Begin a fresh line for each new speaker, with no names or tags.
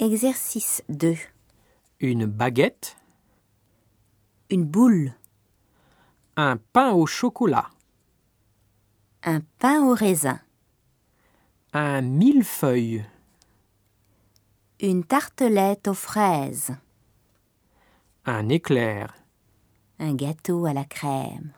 Exercice 2.
une baguette,
Une boule.
un pain au chocolat,
Un pain au raisin.
un millefeuille,
Une tartelette aux fraises.
un éclair.
Un gâteau à la crème.